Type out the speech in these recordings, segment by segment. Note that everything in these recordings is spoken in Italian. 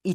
I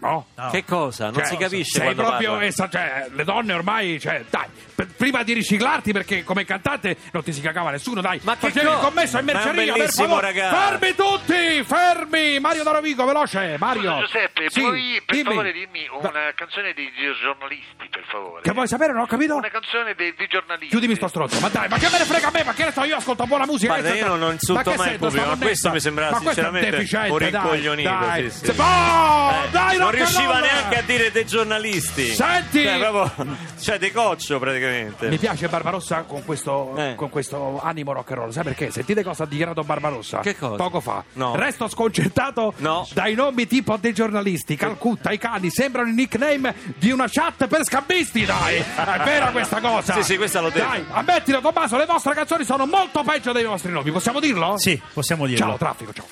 no? No. Che cosa? Non Cioè, si capisce sei quando proprio parla. esa- cioè, le donne ormai cioè, dai per- prima di riciclarti perché come cantante non ti si cagava nessuno dai Ma che facevi co- il commesso in Ma è un merceria per bellissimo favore ragazzo. fermi tutti fermi Mario da Rovigo veloce Mario Scusa, Giuseppe, Sì, puoi per dimmi. favore dirmi Va- una canzone dei giornalisti, per favore? che vuoi sapere non ho capito Una canzone dei, dei giornalisti. chiudimi sto stronzo ma dai ma che me ne frega a me ma che ne so io ascolto buona musica Guarda, che ne io so- non- non insulto che mai il sento, pubblico, sta ma questo monnezza? mi sembrava Ma questo è sinceramente deficiente, un dai, rincoglionito, dai. sì, sì. Se- Oh, Eh, dai, rock non and riusciva roll! neanche a dire dei giornalisti. Senti! Cioè, proprio, cioè De Coccio praticamente. Mi piace Barbarossa con questo, Eh. con questo animo rock and roll, sai perché? Sentite cosa ha dichiarato Barbarossa Che cosa? poco fa. No. Resto sconcertato No. dai nomi tipo dei giornalisti, Calcutta, i cani, sembrano il nickname di una chat per scambisti, dai! È vera questa cosa! Sì, sì, questa l'ho detta. Dai, ammettilo Tommaso, le vostre canzoni sono molto peggio dei vostri nomi, possiamo dirlo? Sì, possiamo dirlo. Ciao, traffico, ciao.